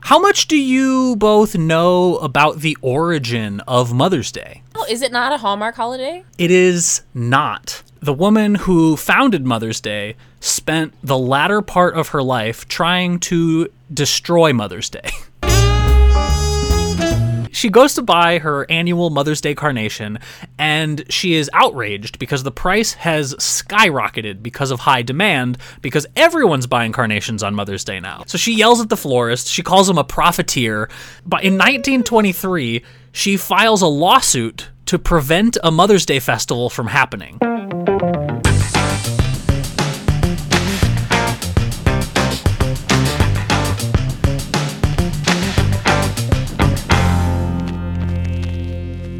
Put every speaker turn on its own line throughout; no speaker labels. How much do you both know about the origin of Mother's Day?
Oh, is it not a Hallmark holiday?
It is not. The woman who founded Mother's Day spent the latter part of her life trying to destroy Mother's Day. she goes to buy her annual Mother's Day carnation and she is outraged because the price has skyrocketed because of high demand because everyone's buying carnations on Mother's Day now. So she yells at the florist, she calls him a profiteer, but in 1923 she files a lawsuit to prevent a Mother's Day festival from happening.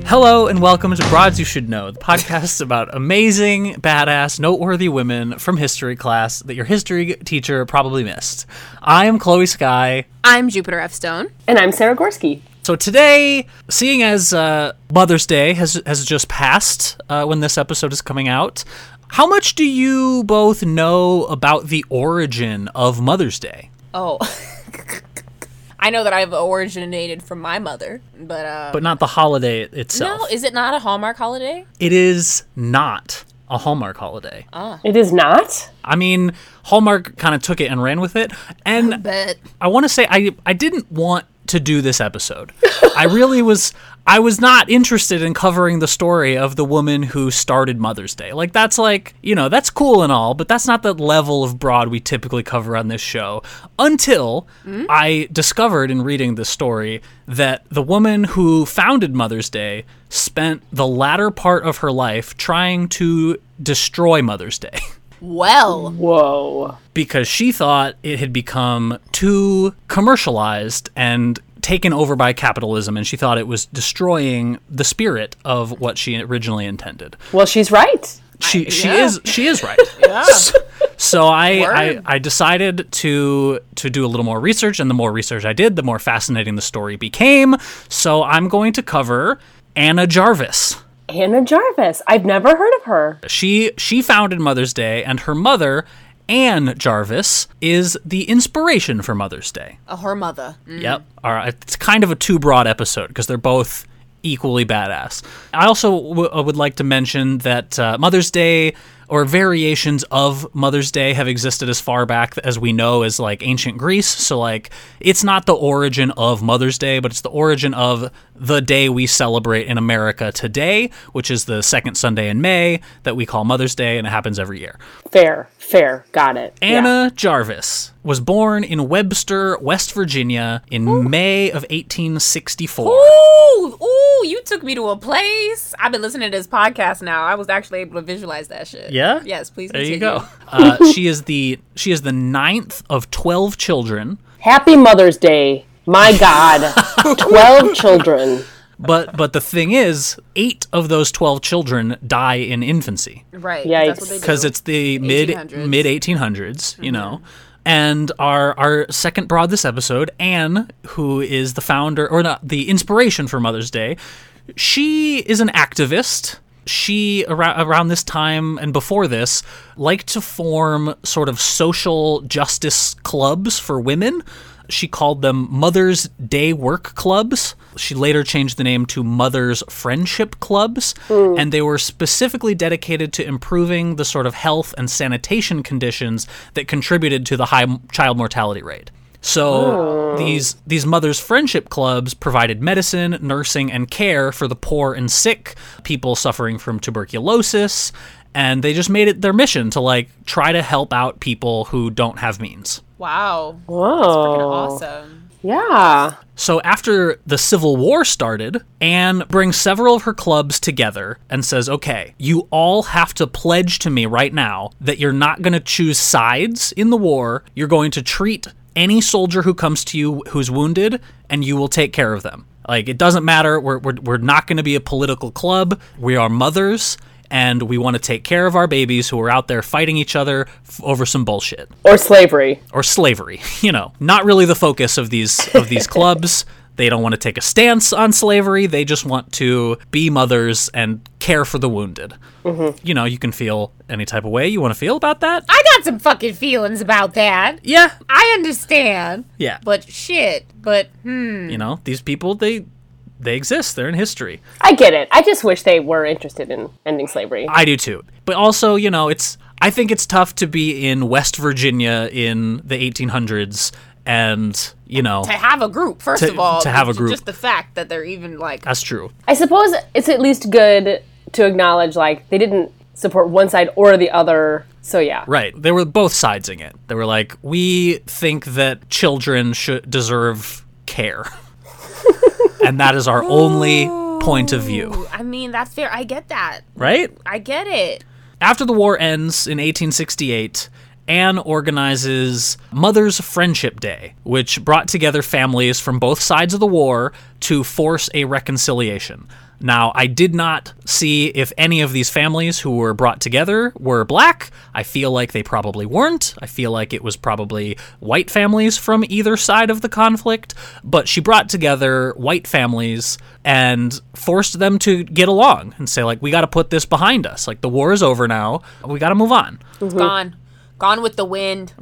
Hello and welcome to Broads You Should Know, the podcast about amazing, badass, noteworthy women from history class that your history teacher probably missed. I am Chloe Sky.
I'm Jupiter F. Stone.
And I'm Sarah Gorski.
So today, seeing as uh, Mother's Day has has just passed uh, when this episode is coming out, how much do you both know about the origin of Mother's Day?
Oh. I know that I've originated from my mother, but uh
But not the holiday itself.
no, Oh, is it not a Hallmark holiday?
it is not a Hallmark holiday.
It is not.
I mean, Hallmark kind of took it and ran with it, and
But
I want to say I I didn't want to do this episode. I really was I was not interested in covering the story of the woman who started Mother's Day. Like that's like, you know, that's cool and all, but that's not the level of broad we typically cover on this show until I discovered in reading this story that the woman who founded Mother's Day spent the latter part of her life trying to destroy Mother's Day.
well,
Whoa.
because she thought it had become too commercialized and taken over by capitalism and she thought it was destroying the spirit of what she originally intended.
Well, she's right.
She she
yeah.
is she is right. So, so I, I
Word.
I decided to to do a little more research and the more research I did, the more fascinating the story became. So I'm going to cover Anna Jarvis.
Anna Jarvis. I've never heard of her.
She she founded Mother's Day and her mother Anne Jarvis is the inspiration for Mother's Day.
uh, her mother. Mm.
Yep. All right. It's kind of a too broad episode because they're both equally badass. I also w- uh, would like to mention that uh, Mother's Day or variations of Mother's Day have existed as far back as we know as like ancient Greece. So like it's not the origin of Mother's Day, but it's the origin of the day we celebrate in America today, which is the second Sunday in May that we call Mother's Day and it happens every year.
Fair. Fair. Got it. Yeah.
Anna Jarvis was born in Webster, West Virginia in May of 1864.
Ooh, ooh, you took me to a place. I've been listening to this podcast now. I was actually able to visualize that shit.
Yeah?
Yes, please.
There you
continue.
go. Uh, she is the she is the ninth of 12 children,
Happy Mother's Day. My God. 12 children.
but but the thing is 8 of those 12 children die in infancy.
Right.
Yikes.
That's what they do. Mm-hmm.
because it's the mid
1800s.
mid 1800s, you know. And our our second broad this episode, Anne, who is the founder or not the inspiration for Mother's Day, she is an activist. She around, around this time and before this liked to form sort of social justice clubs for women. She called them Mother's Day Work Clubs. She later changed the name to Mother's Friendship Clubs, and they were specifically dedicated to improving the sort of health and sanitation conditions that contributed to the high m- child mortality rate. So these these mothers friendship clubs provided medicine, nursing and care for the poor and sick, people suffering from tuberculosis, and they just made it their mission to like try to help out people who don't have means.
Wow.
Whoa.
Awesome.
Yeah.
So after the Civil War started, Anne brings several of her clubs together and says, "Okay, you all have to pledge to me right now that you're not going to choose sides in the war. You're going to treat any soldier who comes to you who's wounded and you will take care of them. Like it doesn't matter. We're we're, we're not going to be a political club. We are mothers." And we want to take care of our babies who are out there fighting each other f- over some bullshit
Or slavery.
or slavery. You know, not really the focus of these of these clubs. They don't want to take a stance on slavery. They just want to be mothers and care for the wounded. You know, you can feel any type of way you want to feel about that.
I got some fucking feelings about that.
yeah,
I understand.
yeah.
But shit. But hmm.
you know, these people they they exist. They're in history.
I get it. I just wish they were interested in ending slavery.
I do too. But also, you know, it's I think it's tough to be in West Virginia in the 1800s and, you know,
to have a group, first
To-
of all,
to have a
j-
group. Uh,
Just the fact that they're even like
that's true.
I suppose it's at least good to acknowledge like they didn't support one side or the other. So yeah.
Right. They were both sides in it. They were like, "We think that children should deserve care." and that is our only point of view,
Ooh, I mean, that's fair. I get that.
right?
I get it.
After the war ends in 1868, Anne organizes Mother's Friendship Day, which brought together families from both sides of the war to force a reconciliation. Now, I did not see if any of these families who were brought together were black. I feel like they probably weren't. I feel like it was probably white families from either side of the conflict, but she brought together white families and forced them to get along and say like we got to put this behind us. Like the war is over now. We got to move on.
Mhm.
It's gone. Gone with the wind.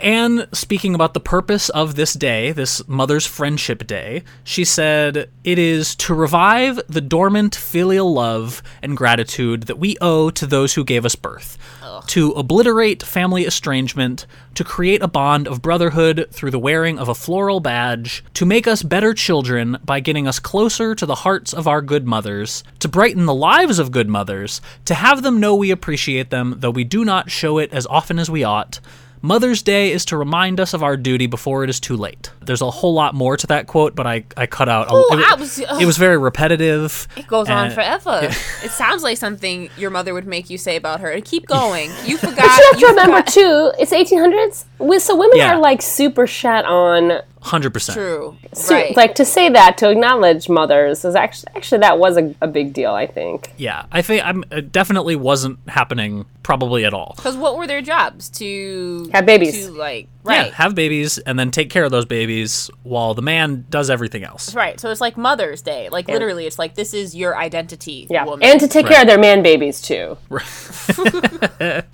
And speaking about the purpose of this day, this Mother's Friendship Day, she said, It is to revive the dormant filial love and gratitude that we owe to those who gave us birth, to obliterate family estrangement, to create a bond of brotherhood through the wearing of a floral badge, to make us better children by getting us closer to the hearts of our good mothers, to brighten the lives of good mothers, to have them know we appreciate them, though we do not show it as often as we ought. Mother's Day is to remind us of our duty before it is too late. There's a whole lot more to that quote, but I, I cut out. A,
Ooh,
it, wa-
I was- ugh.
it was very repetitive.
It goes on
and-
forever. It sounds like something your mother would make you say about her. Keep going. You forgot.
You have to
you
remember
forgot.
too, it's 1800s. We- So women
Yeah.
are like super shut on.
Hundred percent.
True.
su-
right.
Like to say that to acknowledge mothers is actually actually that was a, a big deal. I think.
Yeah, I think I'm it definitely wasn't happening probably at all.
Because what were their jobs? To
Have babies.
To like
Yeah,
right.
have babies and then take care of those babies while the man does everything else.
Right, so it's like Mother's Day. Like literally, it's like this is your identity,
Yeah,
woman.
and to take care of their man babies too.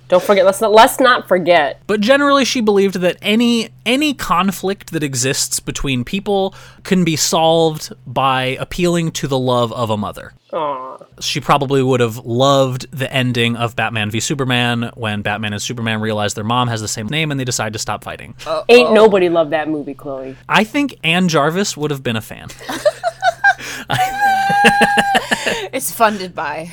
Don't forget. Let's not, let's not forget.
But generally she believed that any any conflict that exists between people can be solved by appealing to the love of a mother.
Aw.
she probably would have loved the ending of Batman v Superman when Batman and Superman realize their mom has the same name and they decide to stop fighting.
Ain't nobody loved that movie, Chloe.
I think Anne Jarvis would have been a fan.
it's funded by.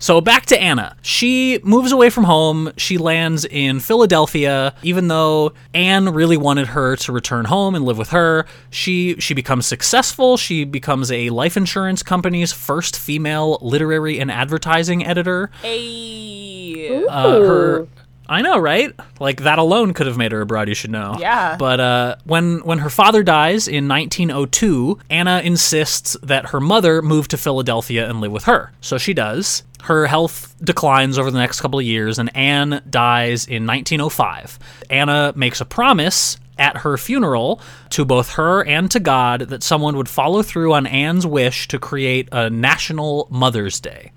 So back to Anna. She moves away from home. She lands in Philadelphia, even though Anne really wanted her to return home and live with her. She she becomes successful. She becomes a life insurance company's first female literary and advertising editor.
Hey,
uh, her I know, right? Like that alone could have made her a broad. You should know.
Yeah.
But uh, when when her father dies in 1902, Anna insists that her mother move to Philadelphia and live with her. So she does. Her health declines over the next couple of years, and Anne dies in 1905. Anna makes a promise at her funeral to both her and to God that someone would follow through on Anne's wish to create a National Mother's Day.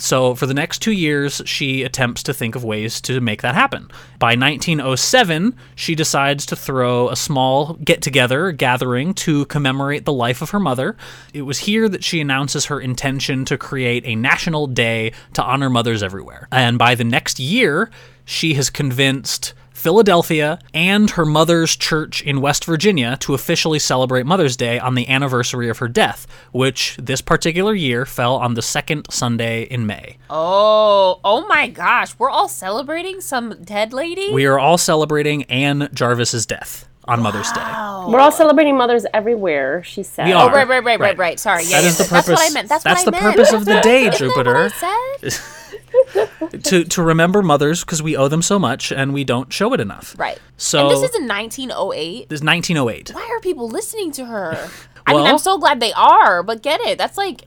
So for the next two years, she attempts to think of ways to make that happen. By 1907, she decides to throw a small get together gathering to commemorate the life of her mother. It was here that she announces her intention to create a national day to honor mothers everywhere. And by the next year, she has convinced Philadelphia and her mother's church in West Virginia to officially celebrate Mother's Day on the anniversary of her death, which this particular year fell on the second Sunday in May.
Oh, oh my gosh. We're all celebrating some dead lady?
We are all celebrating Anne Jarvis's death on Mother's Day.
We're all celebrating mothers everywhere. She said.
We are.
Oh, right, right, right, right,
Right.
right. Sorry.
That
Yeah, yeah,
is the
that's
purpose.
what I meant. That's,
that's
what I
the
meant.
purpose of the day, Jupiter.
Isn't that what I said?
To to remember mothers because we owe them so much and we don't show it enough.
Right.
So
and this is in 1908.
this is 1908.
Why are people listening to her? I mean,
Well-
I'm so glad they are, but get it. That's like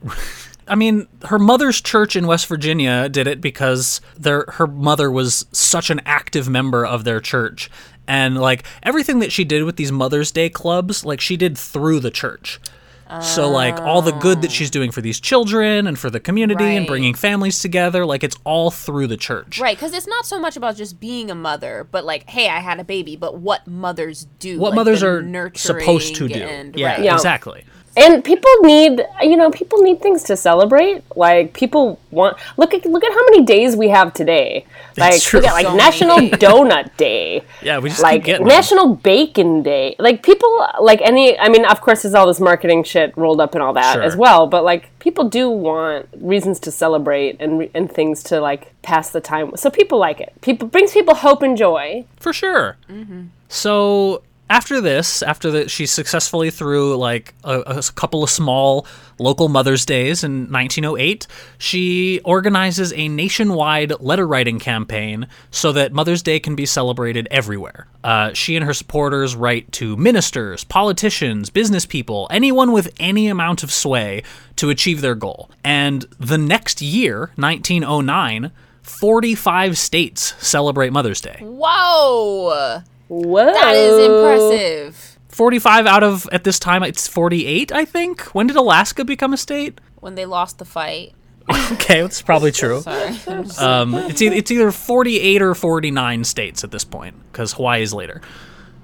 I mean, her mother's church in West Virginia did it because their her mother was such an active member of their church. And like everything that she did with these Mother's Day clubs, like she did through the church. So like all the good that she's doing for these children and for the community and
Right.
bringing families together, like it's all through the church.
Right, because it's not so much about just being a mother, but like, hey, I had a baby. But what mothers do?
What
like,
mothers
the
are
nurturing
supposed to do.
and-
yeah,
right.
Yeah.
exactly.
And people need, you know, people need things to celebrate. Like people want look at look at how many days we have today. Like
That's true.
look at like
So
National
many.
Donut Day.
Yeah, we just
Like
keep getting them.
National Bacon Day. Like people like any I mean, of course there's all this marketing shit rolled up in all that
Sure.
as well, but like people do want reasons to celebrate and re- and things to like pass the time. with. So people like it. People brings people hope and joy.
for sure. So after this, after that, she successfully threw like a, a s- couple of small local Mother's Days in 1908. She organizes a nationwide letter writing campaign so that Mother's Day can be celebrated everywhere. Uh, she and her supporters write to ministers, politicians, business people, anyone with any amount of sway to achieve their goal. And the next year, 1909, 45 states celebrate Mother's Day.
Whoa,
Whoa.
that is
Oh.
impressive.
45 out of at this time it's 48 i think when did alaska become a state
When they lost the fight.
okay that's probably true
Sorry. I'm just-
um, it's, either, it's either 48 or 49 states at this point because hawaii is later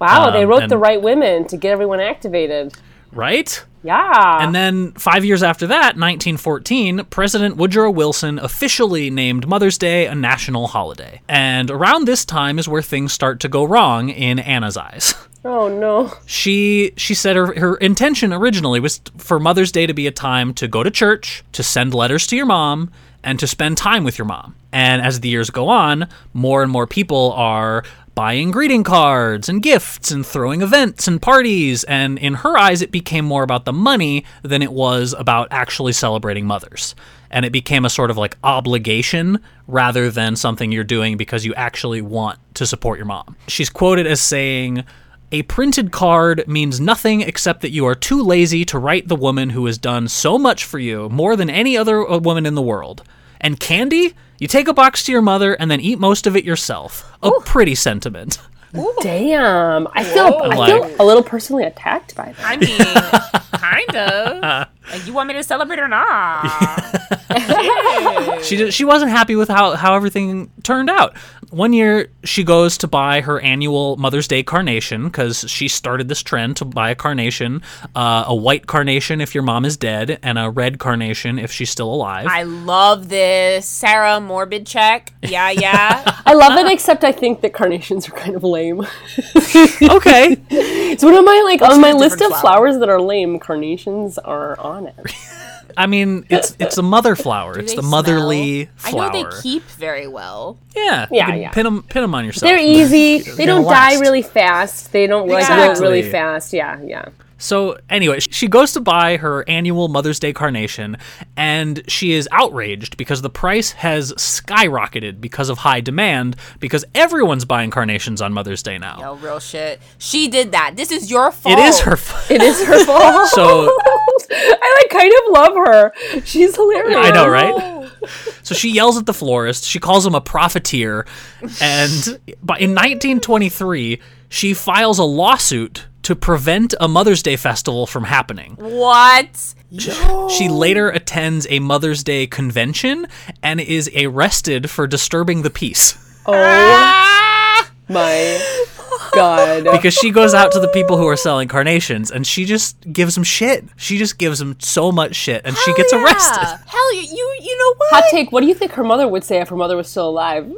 Wow, they
Um,
wrote the
and-
right women to get everyone activated.
right
Yeah.
and then five years after that 1914 president woodrow wilson officially named mother's day a national holiday and around this time is where things start to go wrong in anna's eyes
oh no.
she she said her, her intention originally was for Mother's Day to be a time to go to church, to send letters to your mom, and to spend time with your mom. And as the years go on, more and more people are buying greeting cards and gifts and throwing events and parties. And in her eyes, it became more about the money than it was about actually celebrating mothers. And it became a sort of like obligation rather than something you're doing because you actually want to support your mom. She's quoted as saying, a printed card means nothing except that you are too lazy to write the woman who has done so much for you, more than any other uh, woman in the world. And candy? You take a box to your mother and then eat most of it yourself. A pretty sentiment.
Damn. I feel I feel
Like-
a little personally attacked by that.
I mean, kind of. Like, you want me to celebrate or not?
She did, she wasn't happy with how, how everything turned out. One year she goes to buy her annual Mother's Day carnation because she started this trend to buy a carnation, uh, a white carnation if your mom is dead, and a red carnation if she's still alive.
I love this. Sarah Morbid check. Yeah, yeah.
I love
Ah.
it, except I think that carnations are kind of lame.
okay,
It's one of my like on my list of
different flower.
flowers that are lame. Carnations are on it.
I mean, it's it's a mother flower. It's
They
the motherly
smell.
flower.
I know they keep very well.
Yeah,
Yeah,
You can
yeah.
Pin them, on yourself.
They're ewizy. They
gonna
don't die
last.
really fast. They don't like wilt really
Exactly.
fast. Yeah, yeah.
So anyway, she goes to buy her annual Mother's Day carnation, and she is outraged because the price has skyrocketed because of high demand. Because everyone's buying carnations on Mother's Day now.
No Oh, real shit. She did that. This is your fault.
It
Oh.
is her. F-
It is her fault.
So-
I like kind of love her. She's hilarious.
I know, right? So she yells at the florist. She calls him a profiteer, and by- in 1923, she files a lawsuit to prevent a Mother's Day festival from happening.
What?
She later attends a Mother's Day convention and is arrested for disturbing the peace
Oh
Ah!
my god.
because she goes out to the people who are selling carnations and she just gives them shit. She just gives them so much shit and she gets
Oh, Yeah.
arrested.
Hell, you, you, you know what?
Hot take. What do you think her mother would say if her mother was still alive?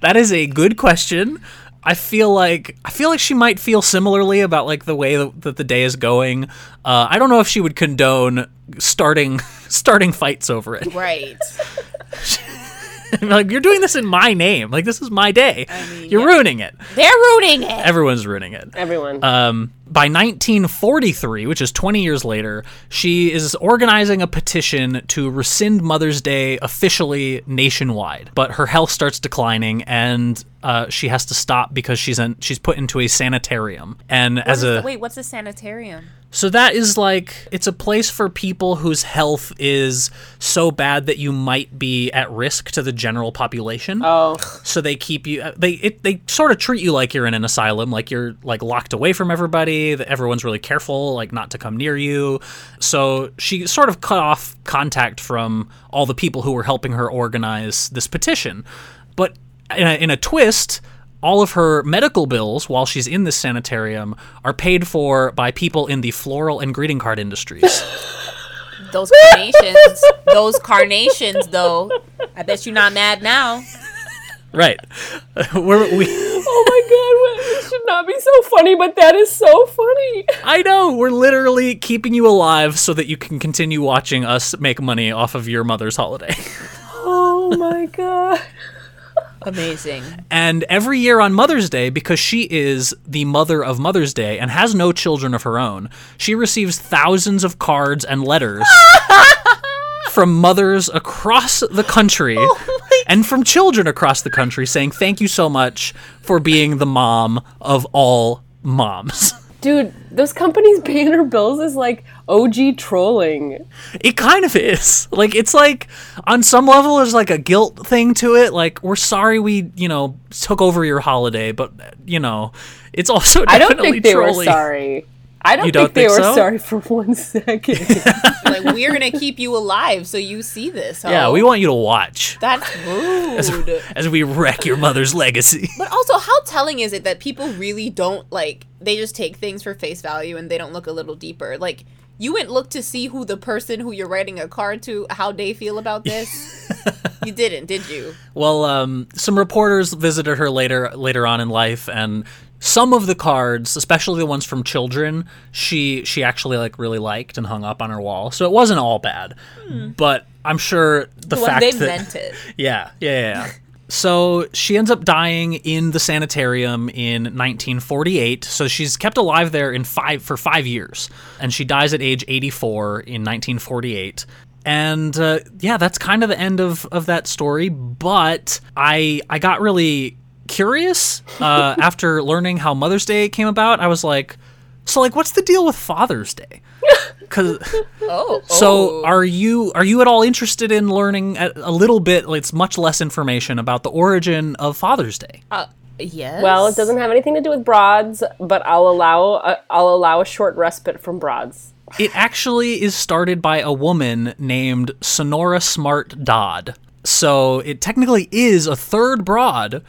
That is a good question. I feel like I feel like she might feel similarly about like the way that, that the day is going. Uh, I don't know if she would condone starting starting fights over it.
Right.
like you're doing this in my name. Like this is my day. you're ruining it.
They're ruining it.
Everyone's ruining it.
Everyone.
Um, by 1943, which is 20 years later, she is organizing a petition to rescind Mother's Day officially nationwide. But her health starts declining, and uh, she has to stop because she's in, she's put into a sanitarium. And as a
wait, what's a sanitarium?
so that is like it's a place for people whose health is so bad that you might be at risk to the general population.
Oh,
So they keep you uh, they it, they sort of treat you like you're in an asylum, like you're like locked away from everybody, that everyone's really careful like not to come near you. So she sort of cut off contact from all the people who were helping her organize this petition. But in a, in a twist, all of her medical bills while she's in this sanitarium are paid for by people in the floral and greeting card industries.
Those carnations, those carnations, though. I bet you're not mad now.
right. We're, we
oh my god, what, it should not be so funny, but that is so funny.
I know. We're literally keeping you alive so that you can continue watching us make money off of your mother's holiday.
Oh my god.
Amazing.
And every year on Mother's Day, because she is the mother of Mother's Day and has no children of her own, she receives thousands of cards and letters from mothers across the country and from children across the country saying, Thank you so much for being the mom of all moms.
Dude, those companies paying her bills is like OG trolling.
It kind of is. Like it's like on some level there's like a guilt thing to it. Like we're sorry we, you know, took over your holiday, but you know, it's also
I don't
definitely
think they
trolly.
were sorry. I don't,
You don't
think they
think
were
so?
sorry for one second.
Like we're gonna keep you alive so you see this. Huh?
Yeah, we want you to watch
That's rude.
as we wreck your mother's legacy.
But also, how telling is it that people really don't like? They just take things for face value and they don't look a little deeper. Like you wouldn't look to see who the person who you're writing a card to how they feel about this. you didn't, did you?
well, um, some reporters visited her later later on in life, and some of the cards, especially the ones from children, she she actually like really liked and hung up on her wall. So it wasn't all bad,
Hmm.
but I'm sure the,
Well,
fact
they
that
meant it.
Yeah, yeah, yeah. yeah. so she ends up dying in the sanitarium in 1948. So she's kept alive there in five for five years, and she dies at age 84 in 1948. And uh, yeah, that's kind of the end of of that story. But I I got really curious uh, after learning how Mother's Day came about. I was like, so like, what's the deal with Father's Day? Because
Oh,
so
oh.
are you are you at all interested in learning a, a little bit? It's much less information about the origin of Father's Day.
Uh, yes.
well, it doesn't have anything to do with broads, but I'll allow i I'll allow a short respite from broads.
It actually is started by a woman named Sonora Smart Dodd. So it technically is a third broad.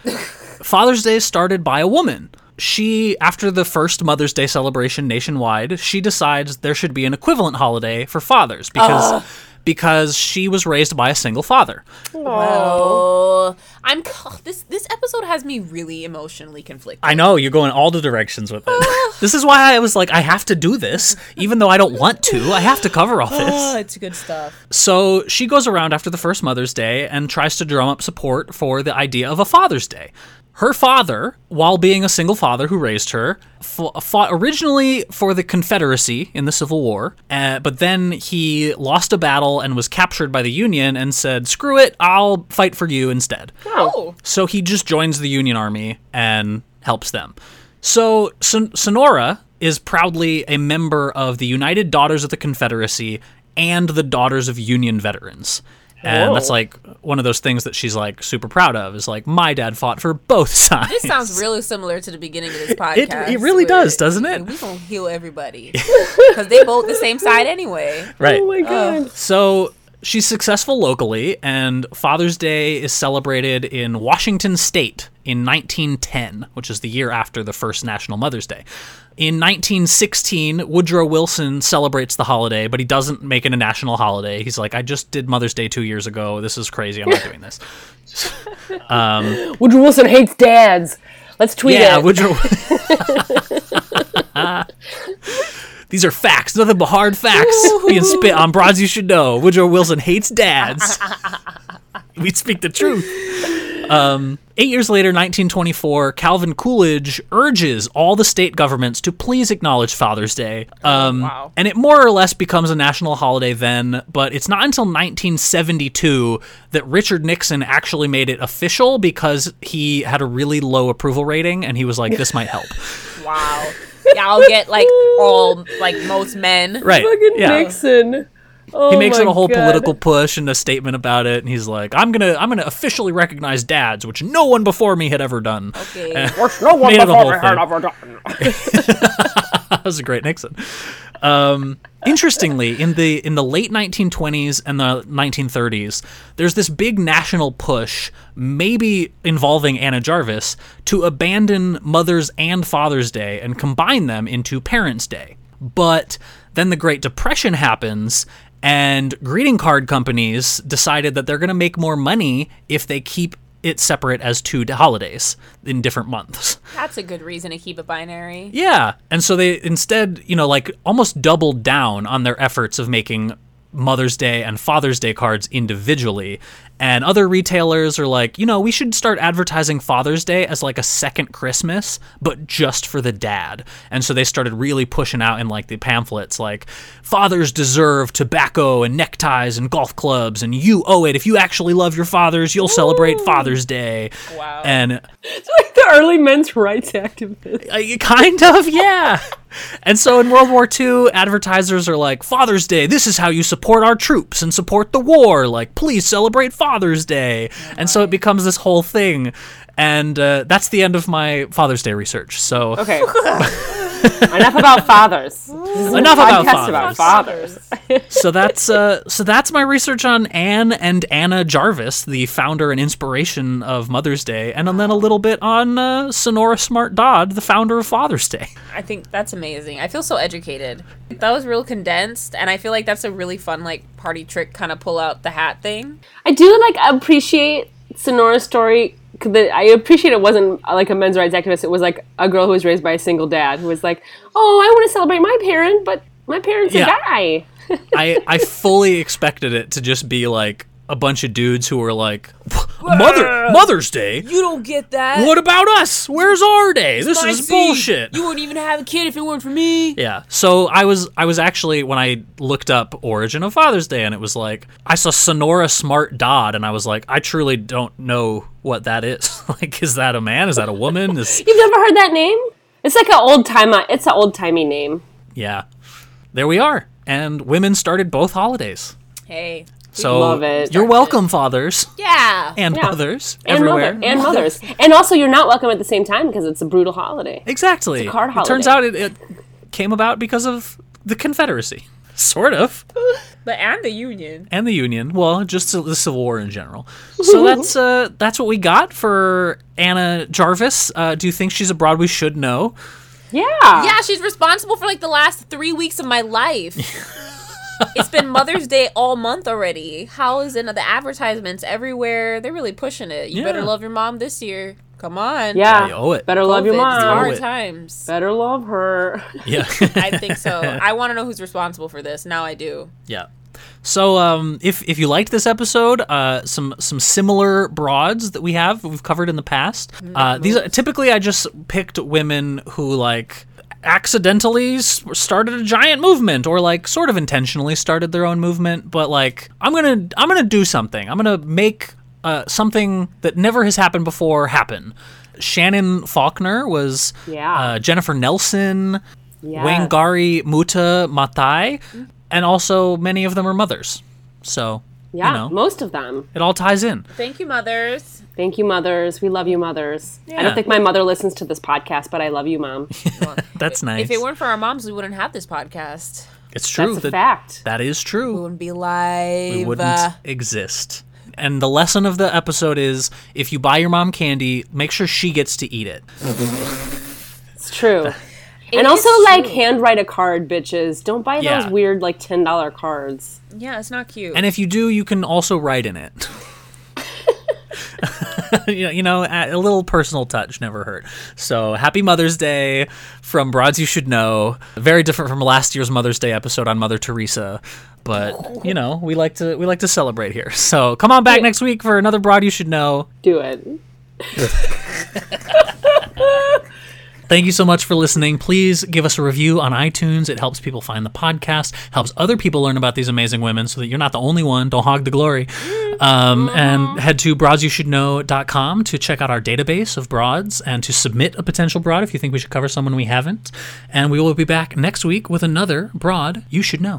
Father's Day is started by a woman. She, after the first Mother's Day celebration nationwide, she decides there should be an equivalent holiday for fathers because because she was raised by a single father.
Oh, I'm. c- This this episode has me really emotionally conflicted.
I know you're going all the directions with it. this is why I was like, I have to do this, even though I don't want to. I have to cover all this.
Oh, it's good stuff.
So she goes around after the first Mother's Day and tries to drum up support for the idea of a Father's Day. Her father, while being a single father who raised her, f- fought originally for the Confederacy in the Civil War, uh, but then he lost a battle and was captured by the Union and said, screw it, I'll fight for you instead.
Oh,
So he just joins the Union Army and helps them. So Son- Sonora is proudly a member of the United Daughters of the Confederacy and the Daughters of Union Veterans. And
Whoa.
that's like one of those things that she's like super proud of is like, my dad fought for both sides.
this sounds really similar to the beginning of this podcast.
it really does, doesn't it?
We gonna heal everybody because they both the same side anyway.
right.
Oh my god.
So she's successful locally, and Father's Day is celebrated in Washington State in 1910, which is the year after the first National Mother's Day. In 1916, Woodrow Wilson celebrates the holiday, but he doesn't make it a national holiday. He's like, I just did Mother's Day two years ago. This is crazy. I'm not doing this.
Woodrow Wilson hates dads. Let's tweet
Yeah,
it.
Woodrow. These are facts, nothing but hard facts being spit on broads you should know. Woodrow Wilson hates dads. we speak the truth. Um, eight years later, 1924, Calvin Coolidge urges all the state governments to please acknowledge Father's Day. Um,
wow.
And it more or less becomes a national holiday then, but it's not until 1972 that Richard Nixon actually made it official because he had a really low approval rating and he was like, this might help.
Wow. Y'all get like all like most men.
Right.
Fucking
yeah.
Nixon. Oh
he makes
my
it a whole
God.
political push and a statement about it and he's like i'm gonna i'm gonna officially recognize dads which no one before me had ever done
Okay.
Which no one
Made it a
before
whole
me had
thing.
ever done.
that was a great nixon um, interestingly in the in the late 1920s and the 1930s there's this big national push maybe involving anna jarvis to abandon mother's and father's day and combine them into parents day but then the great depression happens and greeting card companies decided that they're going to make more money if they keep it separate as two holidays in different months
That's a good reason to keep it binary.
yeah. And so they instead, you know, like almost doubled down on their efforts of making Mother's Day and Father's Day cards individually. And other retailers are like, you know, we should start advertising Father's Day as like a second Christmas, but just for the dad. And so they started really pushing out in like the pamphlets, like, fathers deserve tobacco and neckties and golf clubs, and you owe it. If you actually love your fathers, you'll celebrate Father's Day. Wow. And
It's like the early men's rights activists.
uh, kind of, yeah. and so in World War II, advertisers are like, Father's Day, this is how you support our troops and support the war. Like, please celebrate Father's Day. and so it becomes this whole thing. And uh, that's the end of my Father's Day research. So
Okay. Enough about fathers. This is a
Enough about
podcast about fathers.
so that's uh, so that's my research on Anne and Anna Jarvis, the founder and inspiration of Mother's Day, and then a little bit on uh, Sonora Smart Dodd, the founder of Father's Day.
I think that's amazing. I feel so educated. That was real condensed, and I feel like that's a really fun like party trick kind of pull out the hat thing.
I do like appreciate Sonora's story. 'cause the- I appreciate it wasn't uh, like a men's rights activist. It was like a girl who was raised by a single dad who was like, "Oh, I want to celebrate my parent, but my parent's
Yeah.
a guy."
I I fully expected it to just be like a bunch of dudes who were like, Mother Mother's Day.
You don't get that.
What about us? Where's our day? This is bullshit.
wouldn't even have a kid if it weren't for me.
Yeah. So I was I was actually when I looked up origin of Father's Day and it was like I saw Sonora Smart Dodd and I was like I truly don't know what that is. like is that a man? Is that a woman? Is
You've never heard that name? It's like an old time. uh, It's an old timey name.
yeah. There we are. And women started both holidays.
Hey.
So
Love it.
you're welcome fathers
Yeah.
and
Yeah.
mothers
And
everywhere.
mother and mothers, and also you're not welcome at the same time because it's a brutal holiday.
Exactly.
It's a card
It turns out it, it came about because of the Confederacy, sort of,
But and the union.
and the Union. Well, just the Civil War in general. So that's uh, that's what we got for Anna Jarvis. Uh, do you think she's abroad? We should know.
Yeah.
Ah.
Yeah, she's responsible for like the last three weeks of my life. it's been Mother's Day all month already. How is in the advertisements everywhere? They're really pushing it. You better
Yeah.
love your mom this year. Come on.
I owe it.
Better love your
COVID, it's
Owe
mom.
hard
it.
times.
Better love her.
Yeah.
I think so. I want to know who's responsible for this. Now I do.
Yeah. So um, if if you liked this episode, uh, some some similar broads that we have we've covered in the past. Uh, these are, typically I just picked women who like accidentally s- started a giant movement or like sort of intentionally started their own movement. But like I'm gonna I'm gonna do something. I'm gonna make uh, something that never has happened before happen. Shannon Faulkner was
Yeah.
uh, Jennifer Nelson.
Yes.
Wangari Muta Matai, and also many of them are mothers. So,
Yeah,
you know,
most of them.
it all ties in.
Thank you, mothers.
Thank you, mothers. We love you, mothers. I
Yeah.
don't think my mother listens to this podcast, but I love you, mom.
That's nice.
If it weren't for our moms, we wouldn't have this podcast.
it's true.
That's
that,
a fact.
That is
We
true.
wouldn't be live.
It
uh,
wouldn't exist. And the lesson of the episode is if you buy your mom candy, make sure she gets to eat it.
It's true.
is
and also, like,
true.
handwrite a card, bitches. Don't buy
Yeah.
those weird, like, ten dollar cards.
Yeah, it's not cute.
And if you do, you can also write in it. you know, you know, a a little personal touch never hurt. So happy Mother's Day from Broads You Should Know. Very different from last year's Mother's Day episode on Mother Teresa, but you know we like to we like to celebrate here. So come on back next week for another Broad You Should Know.
Do it.
Thank you so much for listening. Please give us a review on iTunes. It helps people find the podcast, helps other people learn about these amazing women so that you're not the only one. Don't hog the glory. Um, and head to broadsyoushouldknow.com to check out our database of broads and to submit a potential broad if you think we should cover someone we haven't. And we will be back next week with another broad you should know.